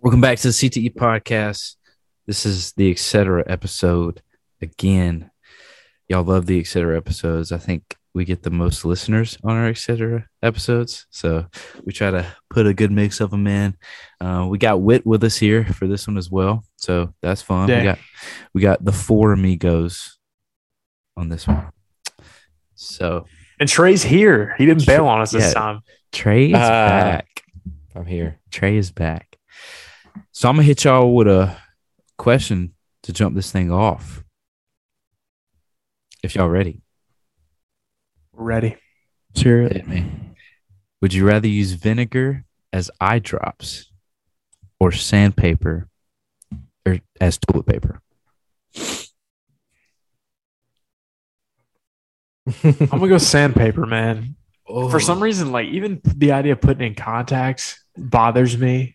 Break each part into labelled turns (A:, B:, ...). A: Welcome back to the CTE podcast. This is the etc. episode again. Y'all love the etc. episodes. I think we get the most listeners on our etc. episodes, so we try to put a good mix of them in. Uh, we got Wit with us here for this one as well, so that's fun.
B: Yeah.
A: We got we got the four amigos on this one. So
B: And Trey's here. He didn't bail on us this
A: Yeah.
B: time.
A: Trey is
C: Uh,
A: back.
C: I'm here.
A: Trey is back. So I'm gonna hit y'all with a question to jump this thing off. If y'all ready,
B: We're ready.
C: Sure.
A: hit me. Would you rather use vinegar as eye drops or sandpaper or as toilet paper?
B: I'm gonna go sandpaper, man.
D: Oh.
B: For some reason, like even the idea of putting in contacts bothers me.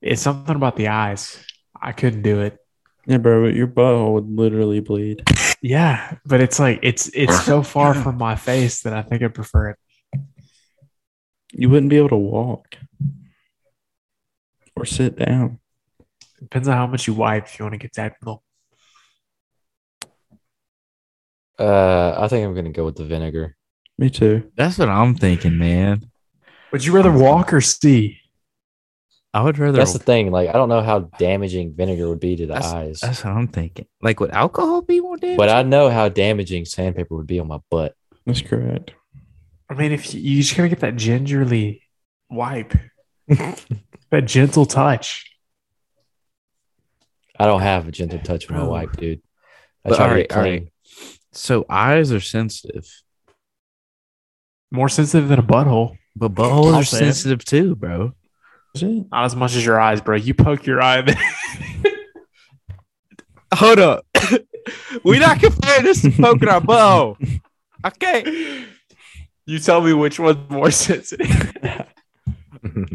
B: It's something about the eyes. I couldn't do it.
C: yeah, bro, but your butthole would literally bleed.
B: Yeah, but it's like it's it's so far from my face that I think I prefer it.
C: You wouldn't be able to walk or sit down.
B: Depends on how much you wipe if you want to get technical.
D: Uh, I think I'm gonna go with the vinegar.
C: Me too.
A: That's what I'm thinking, man.
B: Would you rather walk or see?
A: I would rather.
D: That's the thing. Like, I don't know how damaging vinegar would be to the
A: That's-
D: eyes,
A: That's what I'm thinking. Like, would alcohol be more damage?
D: but I know how damaging sandpaper would be on my butt.
C: That's correct.
B: I mean, if you, you just gotta get that gingerly wipe, that gentle touch.
D: I don't have a gentle touch when I
A: Bro.
D: wipe, dude. I
A: But
D: try
A: all
D: to
A: right,
D: get
A: all
D: clean.
A: right. So eyes are sensitive.
B: More sensitive than a butthole.
A: But buttholes
B: I'll
A: are
B: say it.
A: sensitive too, bro.
C: Is it?
B: Not as much as your eyes, bro. You poke your eye.
A: Hold up. we not comparing this to poking our butthole. Okay.
B: you tell me which one's more sensitive. it's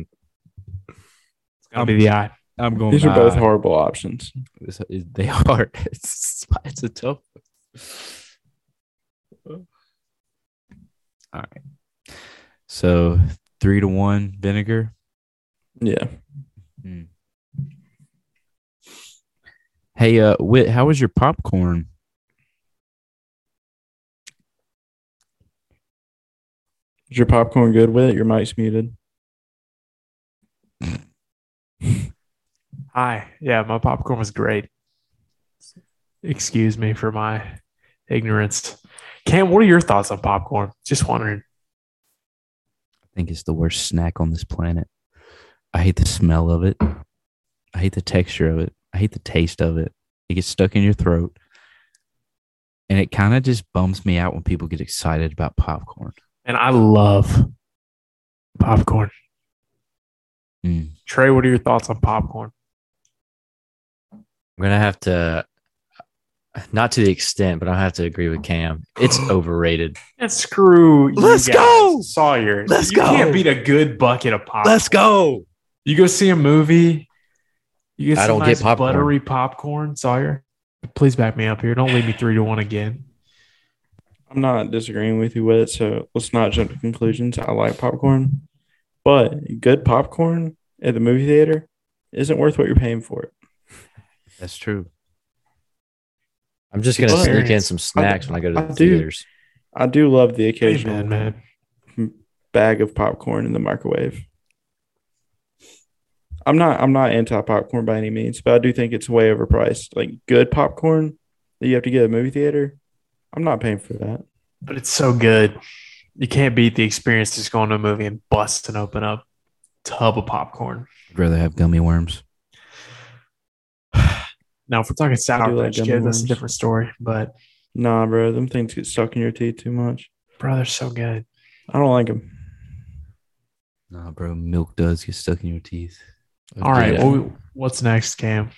B: gotta be the eye.
A: I'm going.
C: These are both horrible options.
A: hard. They are. It's, it's a tough. one. All right. So three to one vinegar.
C: Yeah.
A: Hey, uh, Whit, how was your popcorn?
C: Is your popcorn good with it? Your mic's muted.
B: Hi. Yeah, my popcorn was great. Excuse me for my ignorance. Cam, what are your thoughts on popcorn? Just wondering.
A: I think it's the worst snack on this planet. I hate the smell of it. I hate the texture of it. I hate the taste of it. It gets stuck in your throat. And it kind of just bums me out when people get excited about popcorn.
B: And I love popcorn.
A: Mm.
B: Trey, what are your thoughts on popcorn?
D: I'm gonna have to, not to the extent, but I have to agree with Cam. It's overrated.
B: And screw you
A: Let's
B: guys.
A: go!
B: Sawyer.
A: Let's
B: you
A: go.
B: can't beat a good bucket of popcorn.
A: go.
B: You go see a movie. You get
D: I
B: some
D: don't get
B: nice
D: popcorn.
B: buttery popcorn, Sawyer. Please back me up here. Don't leave me three to one again.
C: I'm not disagreeing with you with it, so let's not jump to conclusions. I like popcorn, but good popcorn at the movie theater isn't worth what you're paying for it.
A: That's true.
D: I'm just gonna
B: Well,
D: sneak in some snacks when I go to
C: I
D: the
C: do.
D: theaters.
C: I do love the
B: Hey,
C: occasional
B: man, man.
C: bag of popcorn in the microwave. I'm not I'm not anti popcorn by any means, but I do think it's way overpriced. Like good popcorn that you have to get at a movie theater, I'm not paying for that.
B: But it's so good. You can't beat the experience just going to a movie and busting open up a tub of popcorn.
A: I'd rather have gummy worms.
B: Now, if we're talking sour
C: do like
B: patch
C: gummy
B: kids, that's a
C: worms.
B: different story. But
C: Nah, bro, them things get stuck in your teeth too much.
B: bro, they're so good.
C: I don't like them.
A: Nah, bro, milk does get stuck in your teeth.
B: All right,
C: Yeah.
B: what we- what's next, Cam?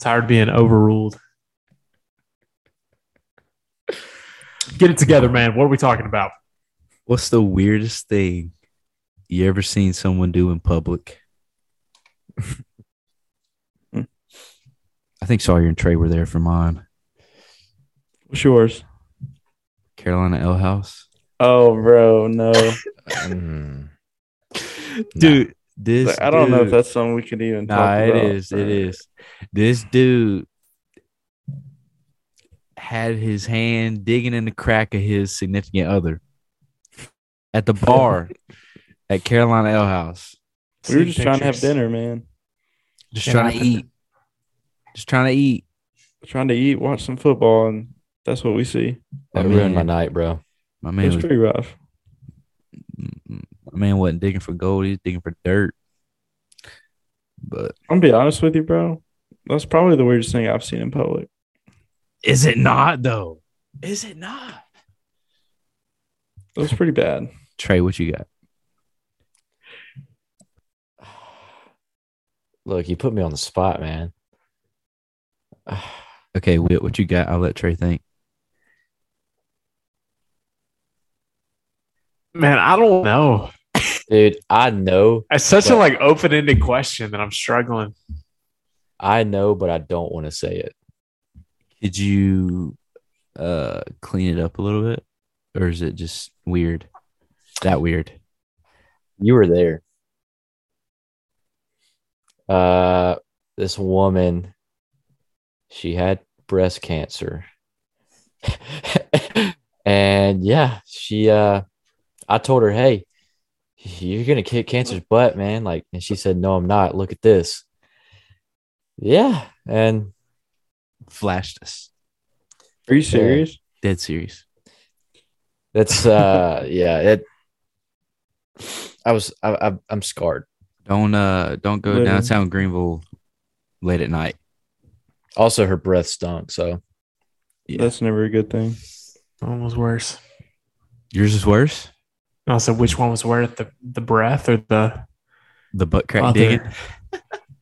B: Tired of being overruled. Get it together, man. What are we talking about?
A: What's the weirdest thing you ever seen someone do in public?
C: Hmm.
A: I think Sawyer and Trey were there for mine.
C: What's yours?
A: Carolina L House.
C: Oh, bro, no.
D: Mm.
A: Dude, This
C: Like, I don't know if
A: dude-
C: that's something we could even talk
A: Nah, it
C: about.
A: is. It is. This dude had his hand digging in the crack of his significant other at the bar at Carolina Ale House.
C: We were
B: Seen
C: just trying to have
B: pictures.
C: dinner, man.
A: Just
B: And
A: trying
B: I-
A: to eat. Just trying to eat.
C: Trying to eat, watch some football, and that's what we see.
D: That
A: I
D: ruined my
A: mean-
D: night, bro.
A: My
C: It
A: man
C: was
A: was, mm,
C: pretty rough.
A: my man wasn't digging for gold, he was digging for dirt. But
C: I'm gonna be honest with you, bro. That's probably the weirdest thing I've seen in public.
A: is it not though? Is it not?
C: That was pretty bad.
A: Trey, what you got?
D: Look, you put me on the spot, man.
A: Okay, Whit, what you got? I'll let Trey think.
B: Man, I don't know.
D: Dude, I know,
B: It's such a
D: But-
B: like open-ended question that I'm struggling.
D: I know, but I don't want to say it.
A: Did you uh clean it up a little bit? Or is it just weird? That weird.
D: You were there. Uh, this woman, she had breast cancer, and yeah, she. Uh, I told her, "Hey, you're gonna kick cancer's butt, man!" Like, and she said, "No, I'm not. Look at this." Yeah, and
A: Flashed us.
C: Are you serious?
A: Dead serious.
D: that's uh, yeah. It. I was. I, I, I'm scarred.
A: Don't uh don't go
C: Literally.
A: downtown Greenville late at night.
D: Also, her breath stunk. So
A: Yeah.
C: That's never a good thing.
B: One was worse.
A: Yours is worse?
B: And I said, which one was worse, the the breath or the
A: The butt crack
B: other?
A: digging.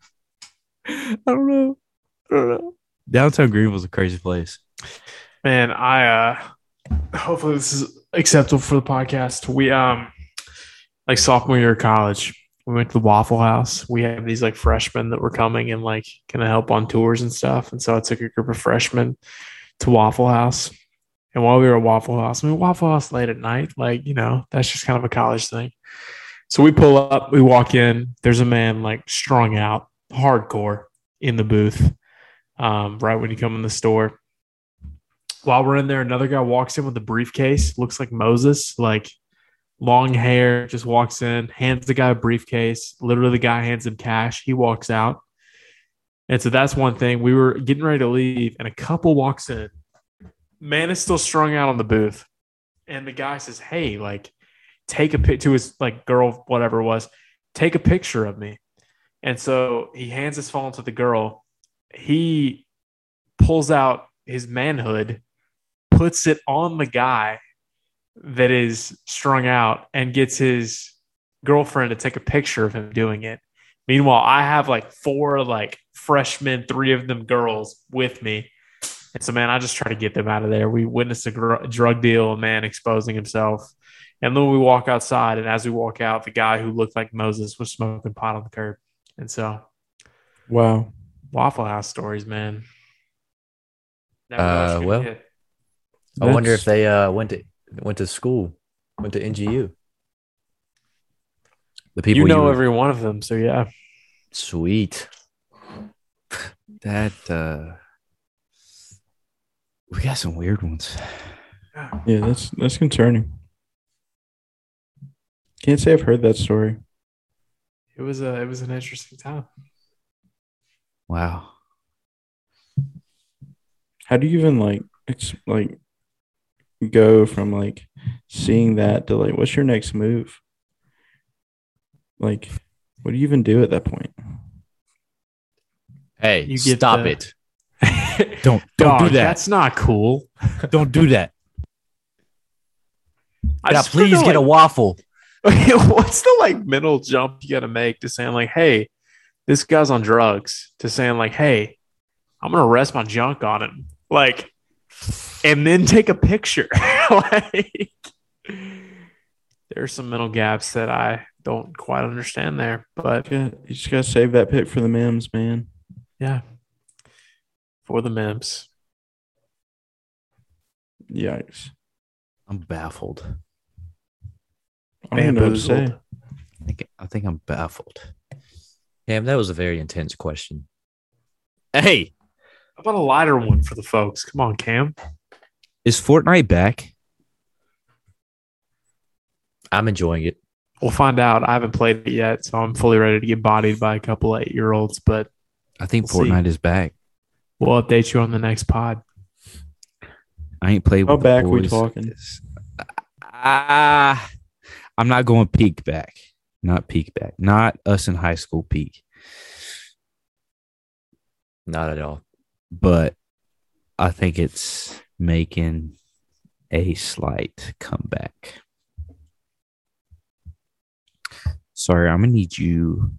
A: I don't know. I don't know. Downtown Greenville's a crazy place.
B: Man, I uh hopefully this is acceptable for the podcast. We um like sophomore year of college, we went to the Waffle House. We have these like freshmen that were coming and like kind of help on tours and stuff. And so I took a group of freshmen to Waffle House. And while we were at Waffle House, I mean Waffle House late at night, like, you know, that's just kind of a college thing. So we pull up, we walk in, there's a man like strung out hardcore in the booth. Um, right when you come in the store while we're in there, another guy walks in with a briefcase, looks like Moses, like long hair, just walks in, hands the guy a briefcase. Literally, the guy hands him cash. He walks out. And so that's one thing. We were getting ready to leave, and a couple walks in. Man is still strung out on the booth. And the guy says, Hey, like, take a pic to his like girl, whatever it was, take a picture of me. And so he hands his phone to the girl. He pulls out his manhood, puts it on the guy that is strung out, and gets his girlfriend to take a picture of him doing it. Meanwhile, I have like four like freshmen, three of them girls with me. And so, man, I just try to get them out of there. We witnessed a gr- drug deal, a man exposing himself. And then we walk outside, and as we walk out, the guy who looked like Moses was smoking pot on the curb. And so,
C: Wow.
B: Waffle House stories, man. Never
D: Uh,
B: know what you're
D: well.
B: gonna get.
D: I wonder
C: That's-
D: if they uh, went to went to school, went to NGU.
A: The people
B: you know
A: were-
B: every one of them, so yeah.
D: Sweet.
A: that uh we got some weird ones.
C: Yeah, that's that's concerning. Can't say I've heard that story.
B: It was a it was an interesting time.
A: Wow.
C: How do you even like ex- like go from like seeing that to like what's your next move? Like, what do you even do at that point?
D: Hey,
B: You get
D: stop
B: the-
D: it.
A: Don't
B: Dog, That's not cool.
A: Don't do that.
B: I
D: Yeah,
B: just
D: please
B: wonder,
D: get a waffle.
B: like, what's the like mental jump you got to make to saying like, hey, this guy's on drugs, to saying like, hey, I'm gonna rest my junk on him, like, and then take a picture. like, there are some mental gaps that I don't quite understand there, but
C: Yeah, you just gotta save that pick for the memes, man.
B: Yeah. For the Mims.
C: Yikes.
A: I'm baffled.
C: I don't know what to say.
A: think I think I'm baffled.
D: Damn, that was a very intense question. Hey,
B: How about a lighter one for the folks? Come on, Cam.
A: Is Fortnite back?
D: I'm enjoying it.
B: We'll find out. I haven't played it yet, so I'm fully ready to get bodied by a couple eight year olds, but
A: I think
B: We'll see.
A: Fortnite is back.
B: we'll update you on the next pod.
A: I ain't played
C: How
A: with the
C: back we
A: boys.
C: talking?
A: Ah, I'm not going peak back. Not peak back. Not us in high school peak.
D: Not at all.
A: But I think it's making a slight comeback. Sorry, I'm gonna need you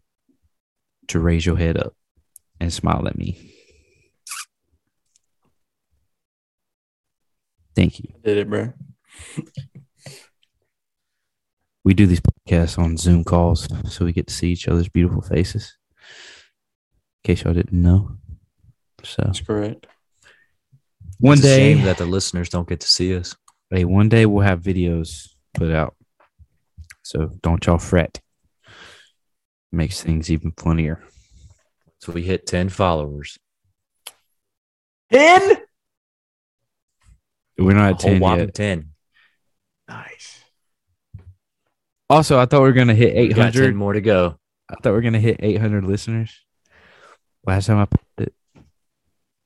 A: to raise your head up and smile at me. Thank you.
C: Did it, bro?
A: we do these podcasts on Zoom calls so we get to see each other's beautiful faces. In case y'all didn't know. So
C: That's correct.
A: one
D: It's a shame
A: day,
D: that the listeners don't get to see us.
A: hey, one day we'll have videos put out. So don't y'all fret. Makes things even funnier.
D: So we hit 10 followers.
B: In
A: We're not
D: A
A: at
D: whole
A: 10
D: whopping
A: yet.
D: 10.
B: nice.
A: Also, I thought we were going to hit
D: We got 10
A: 800.
D: more to go.
A: I thought we were going to hit 800 listeners. Last time I put it,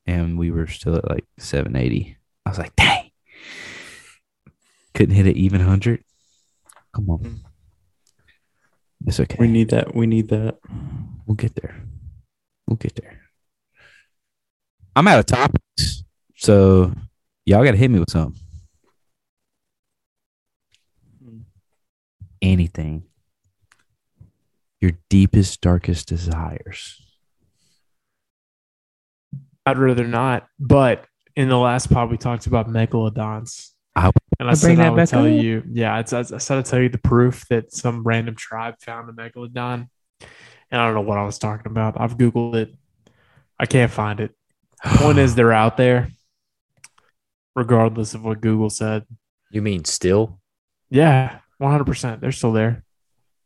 A: and we were still at like 780. I was like, dang. Couldn't hit an even 100. Come
D: Mm.
A: on. It's okay.
C: We need that. We need that.
A: We'll get there. We'll get there. I'm out of topics. So y'all gotta hit me with something. Anything. Your deepest, darkest desires.
B: I'd rather not, but in the last pod we talked about megalodons.
A: I-
B: and I,
A: I bring
B: said I
A: that
B: would
A: back
B: tell
A: up.
B: you, yeah, I, I, I said I'd tell you the proof that some random tribe found a megalodon, and I don't know what I was talking about. I've googled it, I can't find it. Point is, they're out there, regardless of what Google said.
D: You mean still?
B: Yeah, one hundred percent, they're still there.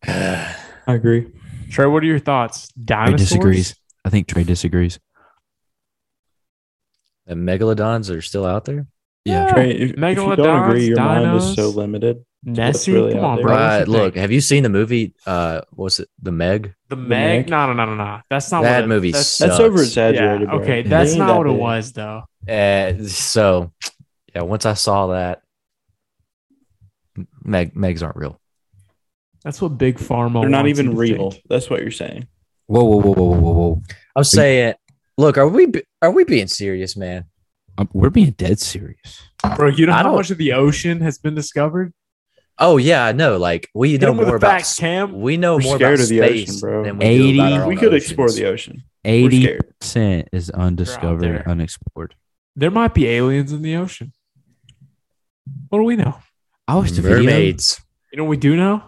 C: I agree.
B: Trey, what are your thoughts?
A: Trey
B: Dinosaurs?
A: disagrees. I think Trey disagrees.
D: The megalodons are still out there?
B: Yeah,
C: Trey, if, if you don't agree, your mind is so
B: dinos,
C: limited.
B: Nessie.
C: really
B: Come
C: out
B: on,
C: there.
B: bro. What
D: Uh,
B: you
D: look,
B: think?
D: have you seen the movie? Uh, what's it? The Meg?
B: the Meg.
C: Meg?
B: No, no, no, no, no. That's not
D: That
B: what it-
D: movie
B: That's,
D: sucks.
C: That's over exaggerated.
B: Yeah, okay,
A: It
B: that's
A: ain't
B: not what it was though.
D: Uh, so, yeah, once I saw that, Meg, Megs aren't real.
B: That's what big pharma.
C: They're not
B: wants you
C: even
B: to
C: real.
B: think.
C: That's what you're saying.
A: Whoa, whoa, whoa, whoa, whoa, whoa.
D: I'm saying, look, are we are we being serious, man?
A: Um, we're being dead serious.
B: bro. You know
D: I
B: how
D: don't-
B: much of the ocean has been discovered?
D: Oh yeah, I know. Like we
B: Hit
D: know
B: him with
D: more
B: the
D: about
B: facts, Cam.
D: we know
C: We're
D: more
C: scared
D: about
C: of the
D: space
C: ocean, bro.
D: than we do about
A: 80
D: our
A: Oh,
C: we
D: own
C: could
D: oceans.
C: explore the ocean. We're
A: Eighty
C: scared.
A: percent is undiscovered and
B: there.
A: unexplored.
B: There might be aliens in the ocean. What do we know?
A: I watched a video.
D: Mm-hmm. mermaids.
B: You know what we do know?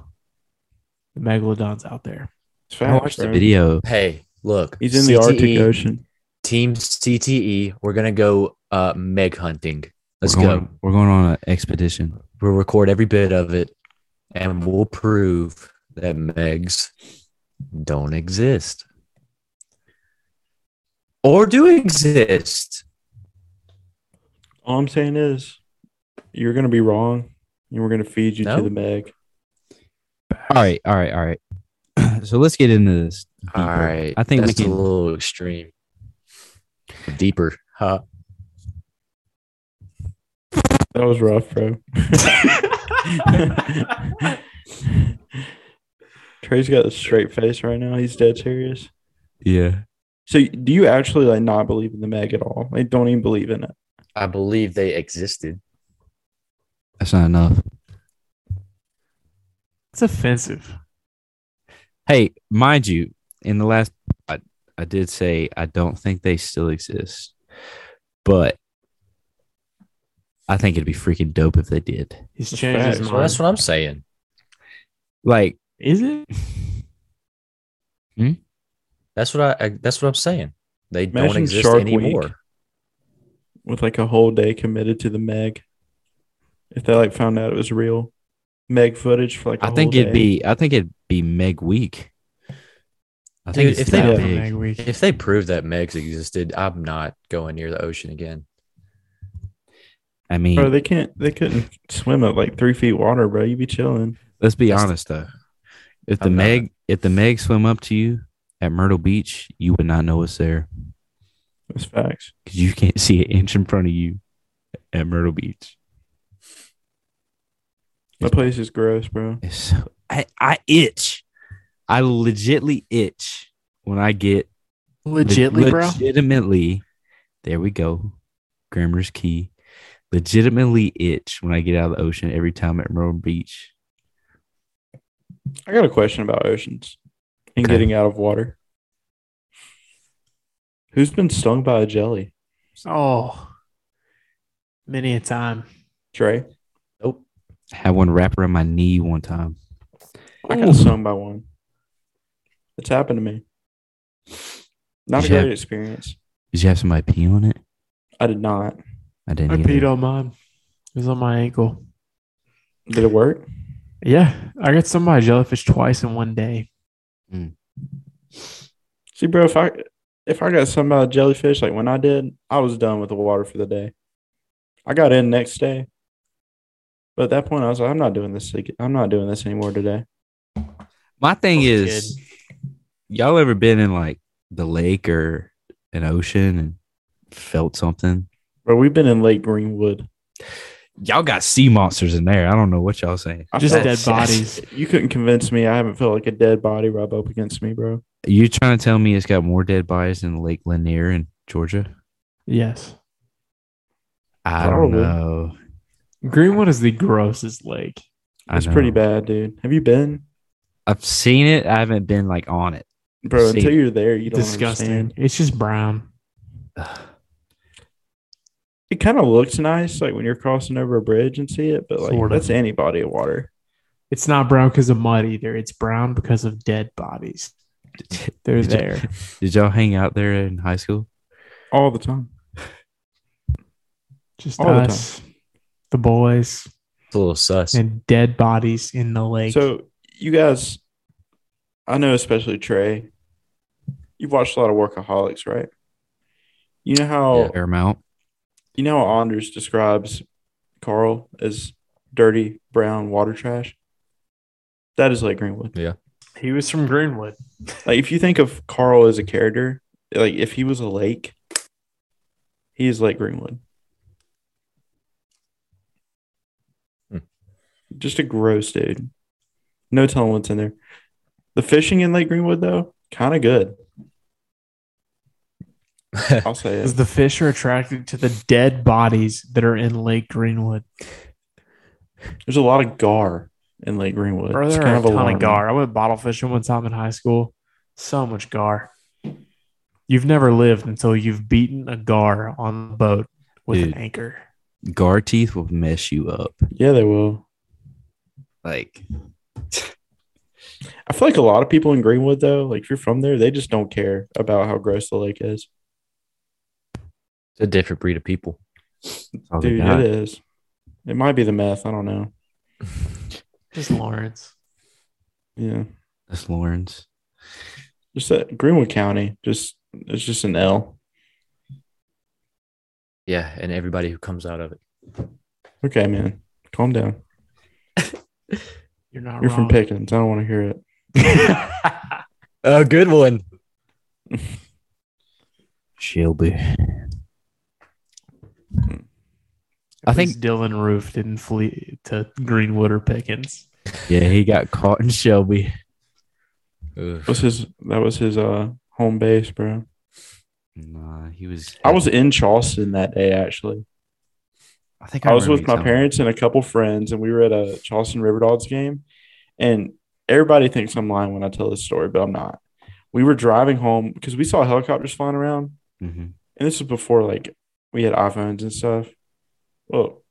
B: The megalodon's out there.
C: It's
A: I
C: facts,
A: watched a
C: bro.
A: video.
D: Hey, look,
C: He's in the
D: CTE,
C: Arctic Ocean.
D: Team CTE, we're gonna go uh, Meg hunting. Let's
A: we're
D: go.
A: going, We're going on an expedition.
D: We'll record every bit of it, and we'll prove that Megs don't exist or do exist.
C: All I'm saying is, you're gonna be wrong, and we're gonna feed you
D: No.
C: to the Meg.
A: All right, all right, all right. so let's get into this.
D: All
A: deeper.
D: right,
A: I think we
D: that's
A: can.
D: a little extreme, deeper. Huh?
C: That was rough, bro. Trey's got a straight face right now. He's dead serious.
A: Yeah.
C: So, do you actually like not believe in the Meg at all? Like, don't even believe in it.
D: I believe they existed.
A: That's not enough.
B: It's offensive.
A: Hey, mind you, in the last, I, I did say I don't think they still exist, but I think it'd be freaking dope if they did.
B: He's
C: That's
B: changed his
C: facts.
B: mind.
D: Well, that's what I'm saying.
A: Like,
B: Is it?
D: That's what I, I. That's what I'm saying. They don't
C: Imagine
D: exist
C: Shark Week.
D: anymore.
C: With like a whole day committed to the Meg. If they like found out it was real, Meg footage for like. I
A: I think it'd be. I think it'd be Meg Week. I
D: Dude,
A: it's
D: if they-
A: that
B: Yeah,
A: big.
B: Meg Week.
D: If they prove that Megs existed, I'm not going near the ocean again.
A: I mean,
C: Bro, they can't. They couldn't swim at like three feet water, bro. You be chilling.
A: let's be
D: that's-
A: honest though. If the
D: I'm not-
A: Meg, if the Meg swim up to you at Myrtle Beach, you would not know it's there
C: That's facts.
A: because you can't see an inch in front of you at Myrtle Beach.
C: That place is gross, bro.
A: It's so I, I itch. I legitly itch when I get
B: Legitly, bro.
A: Legitimately, there we go. Grammar's key. Legitimately itch when I get out of the ocean every time at Myrtle Beach.
C: I got a question about oceans and
A: Okay.
C: getting out of water. Who's been stung by a jelly?
B: Oh, many a time.
C: Trey.
D: Nope.
A: I had one wrap around my knee one time.
C: I got stung by one. It's happened to me. Not a
A: Yeah.
C: great experience.
A: Did you have somebody pee on it?
C: I did not.
A: I didn't.
B: I
A: either.
B: peed on mine. It was on my ankle.
C: Did it work?
B: Yeah, I got stung by a jellyfish twice in one day.
C: See, bro, if I if I got stung by a jellyfish like when I did, I was done with the water for the day. I got in next day. But at that point, I was like, I'm not doing this. ag- I'm not doing this anymore today.
A: My thing
B: Oh,
A: is, y'all ever been in like the lake or an ocean and felt something?
C: Bro, we've been in Lake Greenwood.
A: Y'all got sea monsters in there. I don't know what y'all saying.
C: I
B: Just
C: felt-
B: dead bodies.
C: You couldn't convince me. I haven't felt like a dead body rub up against me, bro.
A: You trying to tell me it's got more dead bodies than Lake Lanier in Georgia?
B: Yes.
A: I
C: Probably.
A: don't know.
B: Greenwood is the grossest lake.
A: I
C: It's pretty
A: know.
C: bad, dude. Have you been,
A: I've seen it. I haven't been like on it.
C: bro?
A: See.
C: Until you're there, you don't
B: Disgusting.
C: understand.
B: It's just brown.
C: It kind of looks nice, like when you're crossing over a bridge and see it, but like
B: Sorta.
C: that's any body of water.
B: It's not brown because of mud either. It's brown because of dead bodies. They're
A: Did you-
B: there.
A: Did y'all hang out there in high school?
C: All the time.
B: Just
C: All the
B: us, the boys,
D: It's a little sus.
B: and dead bodies in the lake.
C: So you guys, I know especially Trey. You've watched a lot of workaholics, right? You know how
A: Yeah. Paramount.
C: you know how Anders describes Carl as dirty brown water trash. That is Lake Greenwood.
B: he was from Greenwood.
C: Like if you think of Carl as a character, like if he was a lake, he is Lake Greenwood.
D: Hmm.
C: Just a gross dude. No telling what's in there. The fishing in Lake Greenwood though, kind of good. I'll say
B: Because
C: it.
B: the fish are attracted to the dead bodies that are in Lake Greenwood.
C: There's a lot of gar in Lake Greenwood.
B: Bro,
C: It's
B: there
C: kind
B: are a
C: of
B: ton
C: alarming.
B: of gar. I went bottle fishing one time in high school. So much gar. You've never lived until you've beaten a gar on the boat with
A: Dude.
B: an anchor.
A: Gar teeth will mess you up.
C: Yeah, they will.
A: Like
C: I feel like a lot of people in Greenwood though, like if you're from there, they just don't care about how gross the lake is.
D: It's a different breed of people.
A: that's all they
C: Dude,
A: got.
C: it is. It might be the meth. I don't know.
B: Just Lawrence.
C: Yeah.
A: That's Lawrence.
C: Just that Greenwood County, just it's just an L.
D: Yeah, and everybody who comes out of it.
C: Okay, man. Calm down.
B: You're not
C: You're
B: wrong.
C: from Pickens. I don't want to hear it.
D: A good one.
A: Shelby. I
B: I
A: think-
B: think Dylan Roof didn't flee to Greenwood or Pickens.
A: Yeah, he got caught in Shelby.
C: Was his that was his uh home base, bro.
A: Nah, he was.
C: I was in Charleston that day actually.
A: I think
C: I was
A: remember
C: with
A: you
C: my
A: telling me.
C: parents and a couple friends, and we were at a Charleston River Dogs game. And everybody thinks I'm lying when I tell this story, but I'm not. We were driving home because we saw helicopters flying around,
A: Mhm.
C: and this was before like we had iPhones and stuff. Well,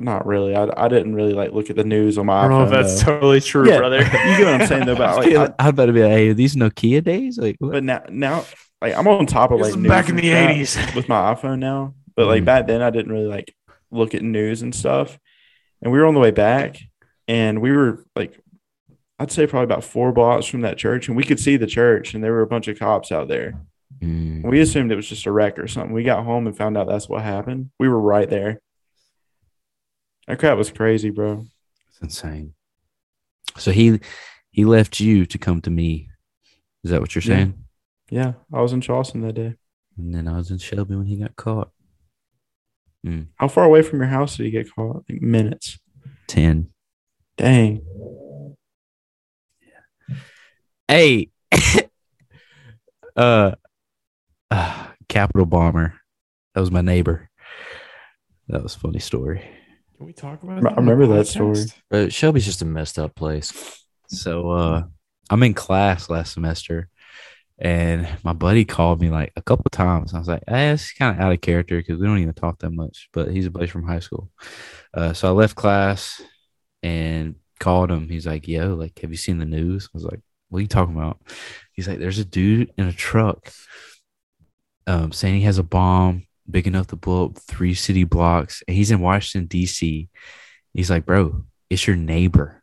C: not really. I, I didn't really like look at the news on my
B: I don't know if
C: iPhone.
B: that's
C: though.
B: totally true,
C: Yeah,
B: brother.
C: you get what I'm saying though. But like, I,
A: I, would better be like, hey, are these Nokia days? Like, what?
C: but now now like I'm on top of
B: This
C: like
B: was
C: news
B: back in
C: and
B: the Mm.
C: crap
B: 80s.
C: with my iPhone now. But like
A: Mhm.
C: back then, I didn't really like look at news and stuff. And we were on the way back, and we were like I'd say probably about four blocks from that church, and we could see the church, and there were a bunch of cops out there.
A: Mm.
C: We assumed it was just a wreck or something. We got home and found out that's what happened. We were right there. That crap was crazy, bro.
A: It's insane. So he he left you to come to me. Is that what you're
C: Yeah.
A: saying?
C: Yeah, I was in Charleston that day.
A: And then I was in Shelby when he got caught.
C: How far away from your house did you get caught? Like minutes.
A: Ten.
C: Dang.
A: Hey. uh, uh Capital Bomber. That was my neighbor. That was a funny story.
B: Can we talk about?
C: I
B: on the
C: remember that story.
B: podcast?
D: But Shelby's just a messed up place.
A: So uh I'm in class last semester and my buddy called me like a couple times. I was like, eh, it's kind of out of character because we don't even talk that much, but he's a buddy from high school. Uh, so I left class and called him. He's like, yo, like, have you seen the news? I was like, what are you talking about? He's like, there's a dude in a truck um, saying he has a bomb big enough to blow up three city blocks. And he's in Washington, D.C. He's like, bro, it's your neighbor.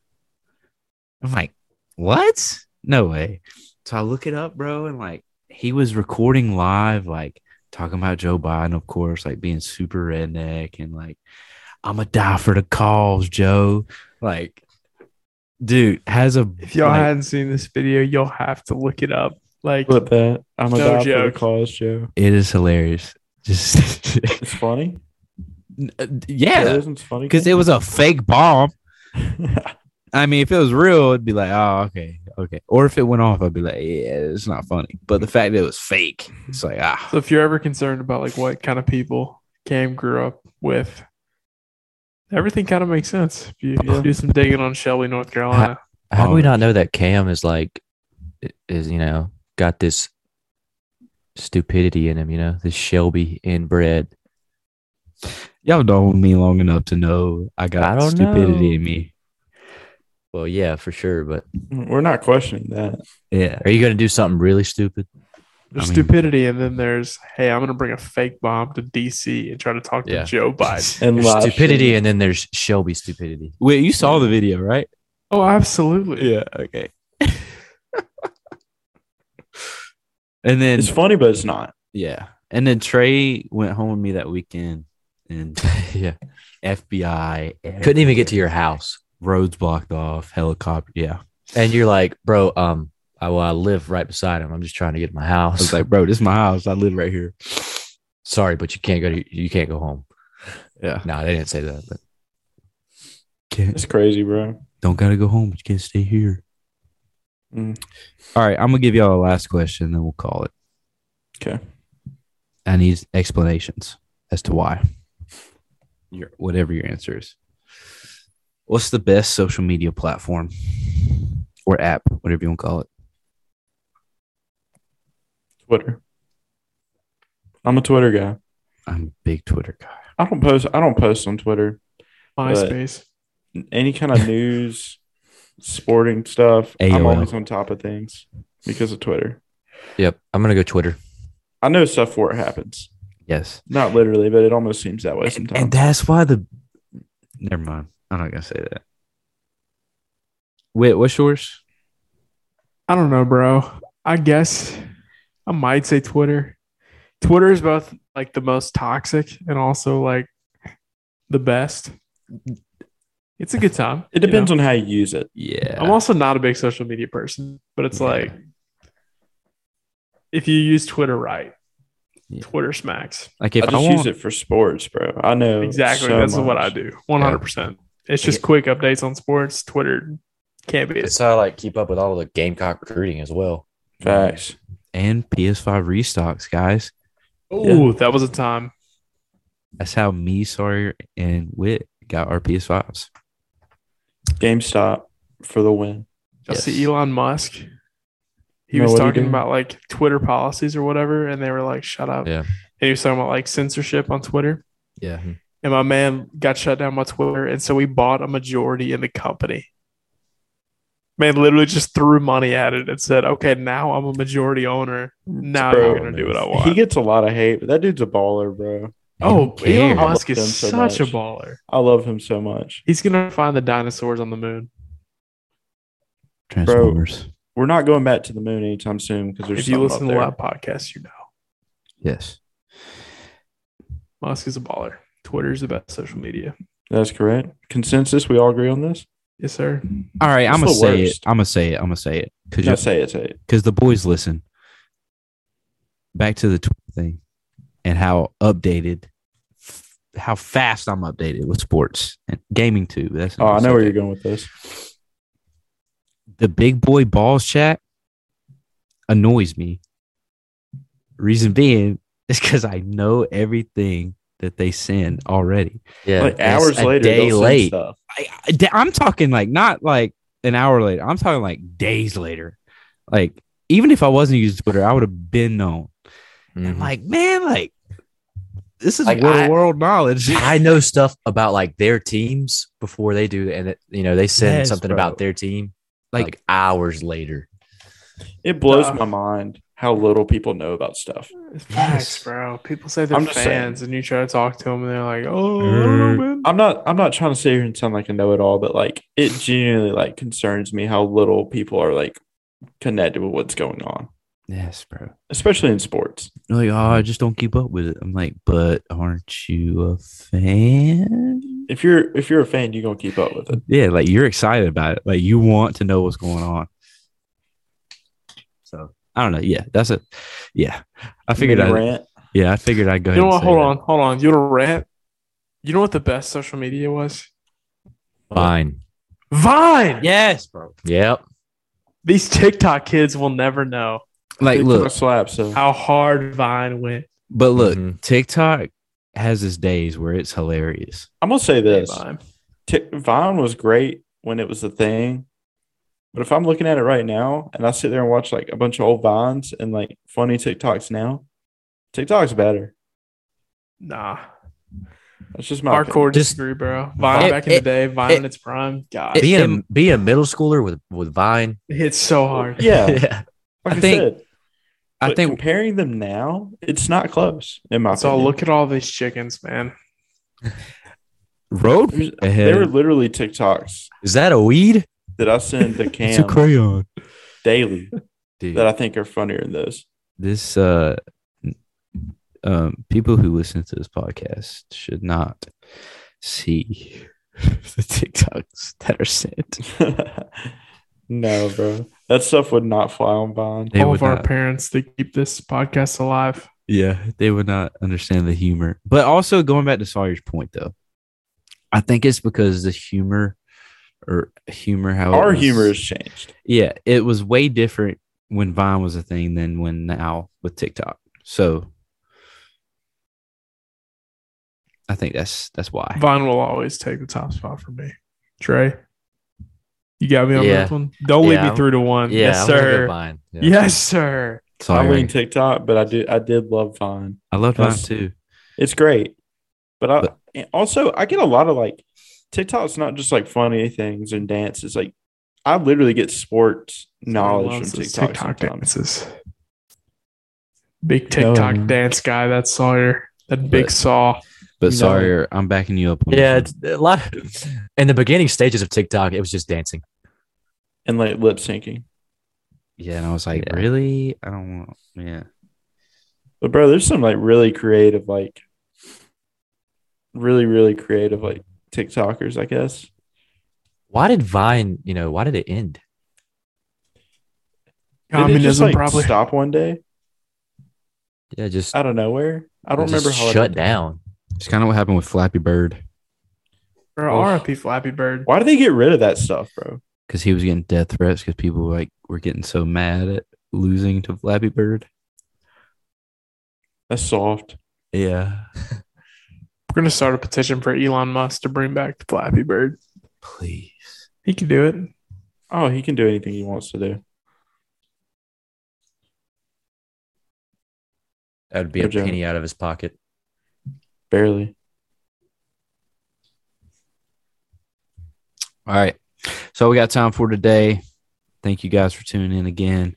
A: I'm like, what? No way. So I look it up, bro, and like he was recording live, like talking about Joe Biden, of course, like being super redneck and like, I'm a die for the cause, Joe. Like, dude has a
B: If y'all
A: like,
B: hadn't seen this video, you'll have to look it up. Like,
C: Flip that. I'm
B: No
C: a guy for the
B: joke.
C: cause, Joe.
A: it is hilarious. Just
C: It's funny.
A: yeah,
C: Terrorism's funny.
A: because it was a fake bomb. I mean, if it was real, it'd be like, oh, okay, okay. Or if it went off, I'd be like, yeah, it's not funny. But the fact that it was fake, it's like, ah,
B: so if you're ever concerned about like what kind of people Cam grew up with, everything kind of makes sense. If you, if you do some digging on Shelby, North Carolina,
D: How do
A: Oh.
D: we not know that Cam is like i- is you know got this stupidity in him? You know, this Shelby inbred.
A: y'all known me long enough to know I got
D: I don't
A: stupidity
D: know.
A: in me.
D: Well, yeah, for sure. But
C: We're not questioning that.
A: Yeah,
D: are you gonna do something really stupid?
B: there's
A: I mean-
B: stupidity, and then there's hey, I'm gonna bring a fake bomb to DC and try to talk to
D: Yeah.
B: Joe Biden.
C: And
D: There's
C: live
D: stupidity,
C: shooting.
D: and then there's Shelby stupidity.
A: wait, you saw the video, right?
B: oh, absolutely.
A: Yeah. Okay. and then
C: It's funny, but it's not.
A: yeah, and then Trey went home with me that weekend, and
D: yeah,
A: FBI
D: couldn't even get to your house,
A: roads blocked off, helicopter. Yeah,
D: and you're like, bro, um, I well, I live right beside him. I'm just trying to get to my
A: I was
D: house.
A: like, bro, this is my house. I live right here.
D: Sorry, but you can't go to you can't go home.
A: Yeah,
D: No, they didn't say that. But
A: can't,
C: It's crazy, bro.
A: don't gotta go home, but you can't stay here.
C: Mm.
A: All right, I'm gonna give y'all a last question, then we'll call it.
C: Okay.
A: I need explanations as to why. Your whatever your answer is. What's the best social media platform or app, whatever you want to call it?
C: Twitter. I'm a Twitter guy.
A: I'm a big Twitter guy.
C: I don't post. I don't post on Twitter.
B: MySpace.
C: Any kind of news, sporting stuff. I'm
A: AOL.
C: always on top of things because of Twitter.
D: yep, I'm gonna go Twitter.
C: I know stuff where it happens.
A: Yes,
C: Not literally, but it almost seems that way
A: and,
C: sometimes.
A: and that's why the. Never mind. I'm not gonna say that. Wait, what's yours?
B: I don't know, bro. I guess I might say Twitter. Twitter is both like the most toxic and also like the best. It's a good time.
C: it depends on how you use it.
A: Yeah,
B: I'm also not a big social media person, but it's
A: Yeah.
B: like if you use Twitter right,
A: Yeah.
B: Twitter smacks.
A: like if
C: I
A: I,
C: just
A: want,
C: use it for sports, bro. I know
B: Exactly.
C: so
B: That's what I
C: much.
B: do. 100%. It's just quick updates on sports. Twitter can't be
D: It's how I like keep up with all the Gamecock recruiting as well.
C: Facts.
A: and PS5 restocks, guys.
B: Oh, that was a time.
A: That's how me, Sawyer, and Wit got our PS5s.
C: GameStop for the win.
B: I
A: Yes.
B: see Elon Musk. He
C: No,
B: was
C: what'd he
B: talking
C: do?
B: about like Twitter policies or whatever, and they were like, "Shut up."
D: Yeah.
B: And he was talking about like censorship on Twitter,
A: Yeah.
D: Hmm.
B: and my man got shut down by Twitter, and so we bought a majority in the company. Man, literally just threw money at it and said, "Okay, now I'm a majority owner. Now
C: Bro,
B: you're gonna do what I
C: He
B: want."
C: gets a lot of hate, but that dude's a baller, bro.
B: oh,
A: He don't care.
B: Elon Musk
C: I love him
B: is
C: so
B: such
C: much.
B: a baller.
C: I love him so much.
B: He's gonna find the dinosaurs on the moon.
A: Transformers.
C: We're not going back to the moon anytime soon because there's
B: If you listen
C: something up
B: to a
C: there.
B: lot of podcasts, you know
A: Yes.
B: Musk is a baller. Twitter is the best social media.
C: That's correct. Consensus. We all agree on this.
B: Yes, sir.
A: All right, I'm
C: That's
A: gonna
C: the
A: say it.
C: worst.
A: I'm gonna say it. I'm gonna say it because
C: No, say it. Say it.
A: because the boys listen. Back to the Twitter thing and how updated, f- how fast I'm updated with sports and gaming too. That's
C: Oh, I know where you're
A: going.
C: going with this.
A: The big boy balls chat annoys me. Reason being is because I know everything that they send already.
D: Yeah,
C: like
D: that's
C: hours
D: a
C: later,
D: day
C: they'll send
D: late.
C: Stuff.
A: I, I, am talking like not like an hour later. I'm talking like days later. Like even if I wasn't using Twitter, I would have been known. I'm
D: Mhm.
A: like, man, like this is
D: Like,
A: real
D: I-
A: world knowledge.
D: I know stuff about like their teams before they do, and it, you know they send
A: Yes,
D: something
A: bro.
D: about their team like,
A: Like,
D: hours later.
C: It blows
B: Uh,
C: my mind how little people know about stuff.
B: Facts, bro. People say they're
C: I'm just
B: fans,
C: saying.
B: and you try to talk to them, and they're like, "Oh, I don't know, man."
C: I'm not. I'm not trying to sit here and sound like I know it all, but like it genuinely like concerns me how little people are like connected with what's going on,
A: yes, bro.
C: especially in sports.
A: They're like, oh, I just don't keep up with it. I'm like, but aren't you a fan?
C: If you're if you're a fan, you're gonna keep up with it.
A: Yeah, like you're excited about it. Like you want to know what's going on. So I don't know. Yeah, that's it. Yeah, I figured.
C: Mini
A: I,
C: rant.
A: yeah, I figured I'd go.
B: You know
A: ahead and
B: what?
A: say
B: Hold
A: that.
B: on, hold on. You know rant? You know what the best social media was?
D: Fine.
B: Vine.
A: Yes, bro.
D: Yep.
B: These TikTok kids will never know
A: Like,
C: They
A: look,
C: took a slap. So
B: how hard Vine went.
A: but look,
D: Mhm.
A: TikTok has its days where it's hilarious.
C: I'm gonna say this:
B: Vine.
C: Ti- Vine was great when it was a thing, but if I'm looking at it right now and I sit there and watch like a bunch of old vines and like funny TikToks now, TikTok's better.
B: Nah,
C: That's just my
B: hardcore
D: Just-
B: disagree, bro. Vine
D: It-
B: back in
D: it-
B: the day, Vine
D: it-
B: in its prime. God,
A: It-
B: it,
D: Being
A: Him.
D: a, being a middle schooler with with Vine.
B: hits so hard.
C: opinion. Yeah,
D: yeah.
C: like I,
A: I think-
C: said,
A: I
C: but
A: think
C: comparing them now, it's not close in my.
B: So
C: opinion.
B: look at all these chickens, man.
A: road
C: There's-
A: ahead.
C: They were literally TikToks
D: Is that a weed?
C: that I send to
A: It's a
C: Cam
A: crayon,
C: daily
A: dude.
C: that I think are funnier than those.
A: this uh n- um people who listen to this podcast should not see the TikToks that are sent.
C: no, bro, that stuff would not fly on Vine.
A: They
B: all
A: would
B: of our
A: not,
B: parents they keep this podcast alive.
A: yeah, they would not understand the humor. But also going back to Sawyer's point though, I think it's because the humor or humor how it
C: Our
A: was-
C: humor has changed.
A: yeah, it was way different when Vine was a thing than when now with TikTok. So I think that's that's why.
B: Vine will always take the top spot for me. Trey, you got me on
D: Yeah.
B: this one. Don't lead
D: Yeah,
B: me through to one.
D: Yeah.
B: Um, yes,
D: I'm gonna go
B: sir.
D: Vine. Yeah.
B: Yes, sir.
A: Sorry.
C: I lean TikTok, but I do I did love Vine.
A: I loved mine
C: That's-
A: too.
C: It's great, but I
A: But-
C: and also I get a lot of like TikTok's not just like funny things and dances. Like I literally get sports knowledge from
B: Loves those
C: TikTok, sometimes.
B: dances. Big
C: No,
B: TikTok
C: man.
B: dance guy. That's Sawyer. That big
A: But-
B: saw.
A: But
C: No.
A: sorry, I'm backing you up. On
D: Yeah.
A: this
D: It's a lot. In the beginning stages of TikTok, it was just dancing.
C: and like lip syncing.
A: one. yeah. And I was like,
D: Yeah.
A: really? I don't want. Yeah,
C: But bro, there's some like really creative, like really really creative like TikTokers. I guess
D: Why did Vine? You know, why did it end?
C: Didn't it just,
B: Communism,
C: like,
B: probably.
C: stop one day
D: Yeah. Just
C: out of nowhere. I don't
D: just
C: remember how. it
D: shut
C: ended.
D: down.
A: it's kind of what happened with Flappy Bird
B: Bro, RIP Flappy Bird.
C: Why do they get rid of that stuff, bro?
A: because he was getting death threats because people like were getting so mad at losing to Flappy Bird.
C: That's soft.
A: Yeah,
B: We're gonna start a petition for Elon Musk to bring back the Flappy Bird.
A: please.
B: He can do it.
C: Oh, he can do anything he wants to do.
D: That would be
C: No
D: a
C: joke.
D: penny out of his pocket.
C: Barely.
A: All right. So we got time for today. Thank you guys for tuning in again.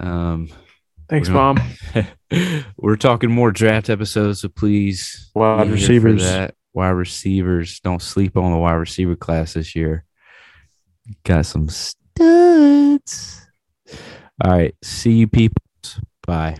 A: Um,
B: Thanks,
A: We're gonna-
B: mom.
A: we're talking more draft episodes, so please
C: Wide
A: be here for
C: receivers.
A: That. Wide receivers. Don't sleep on the wide receiver class this year. Got some All right. See you, peeps. Bye.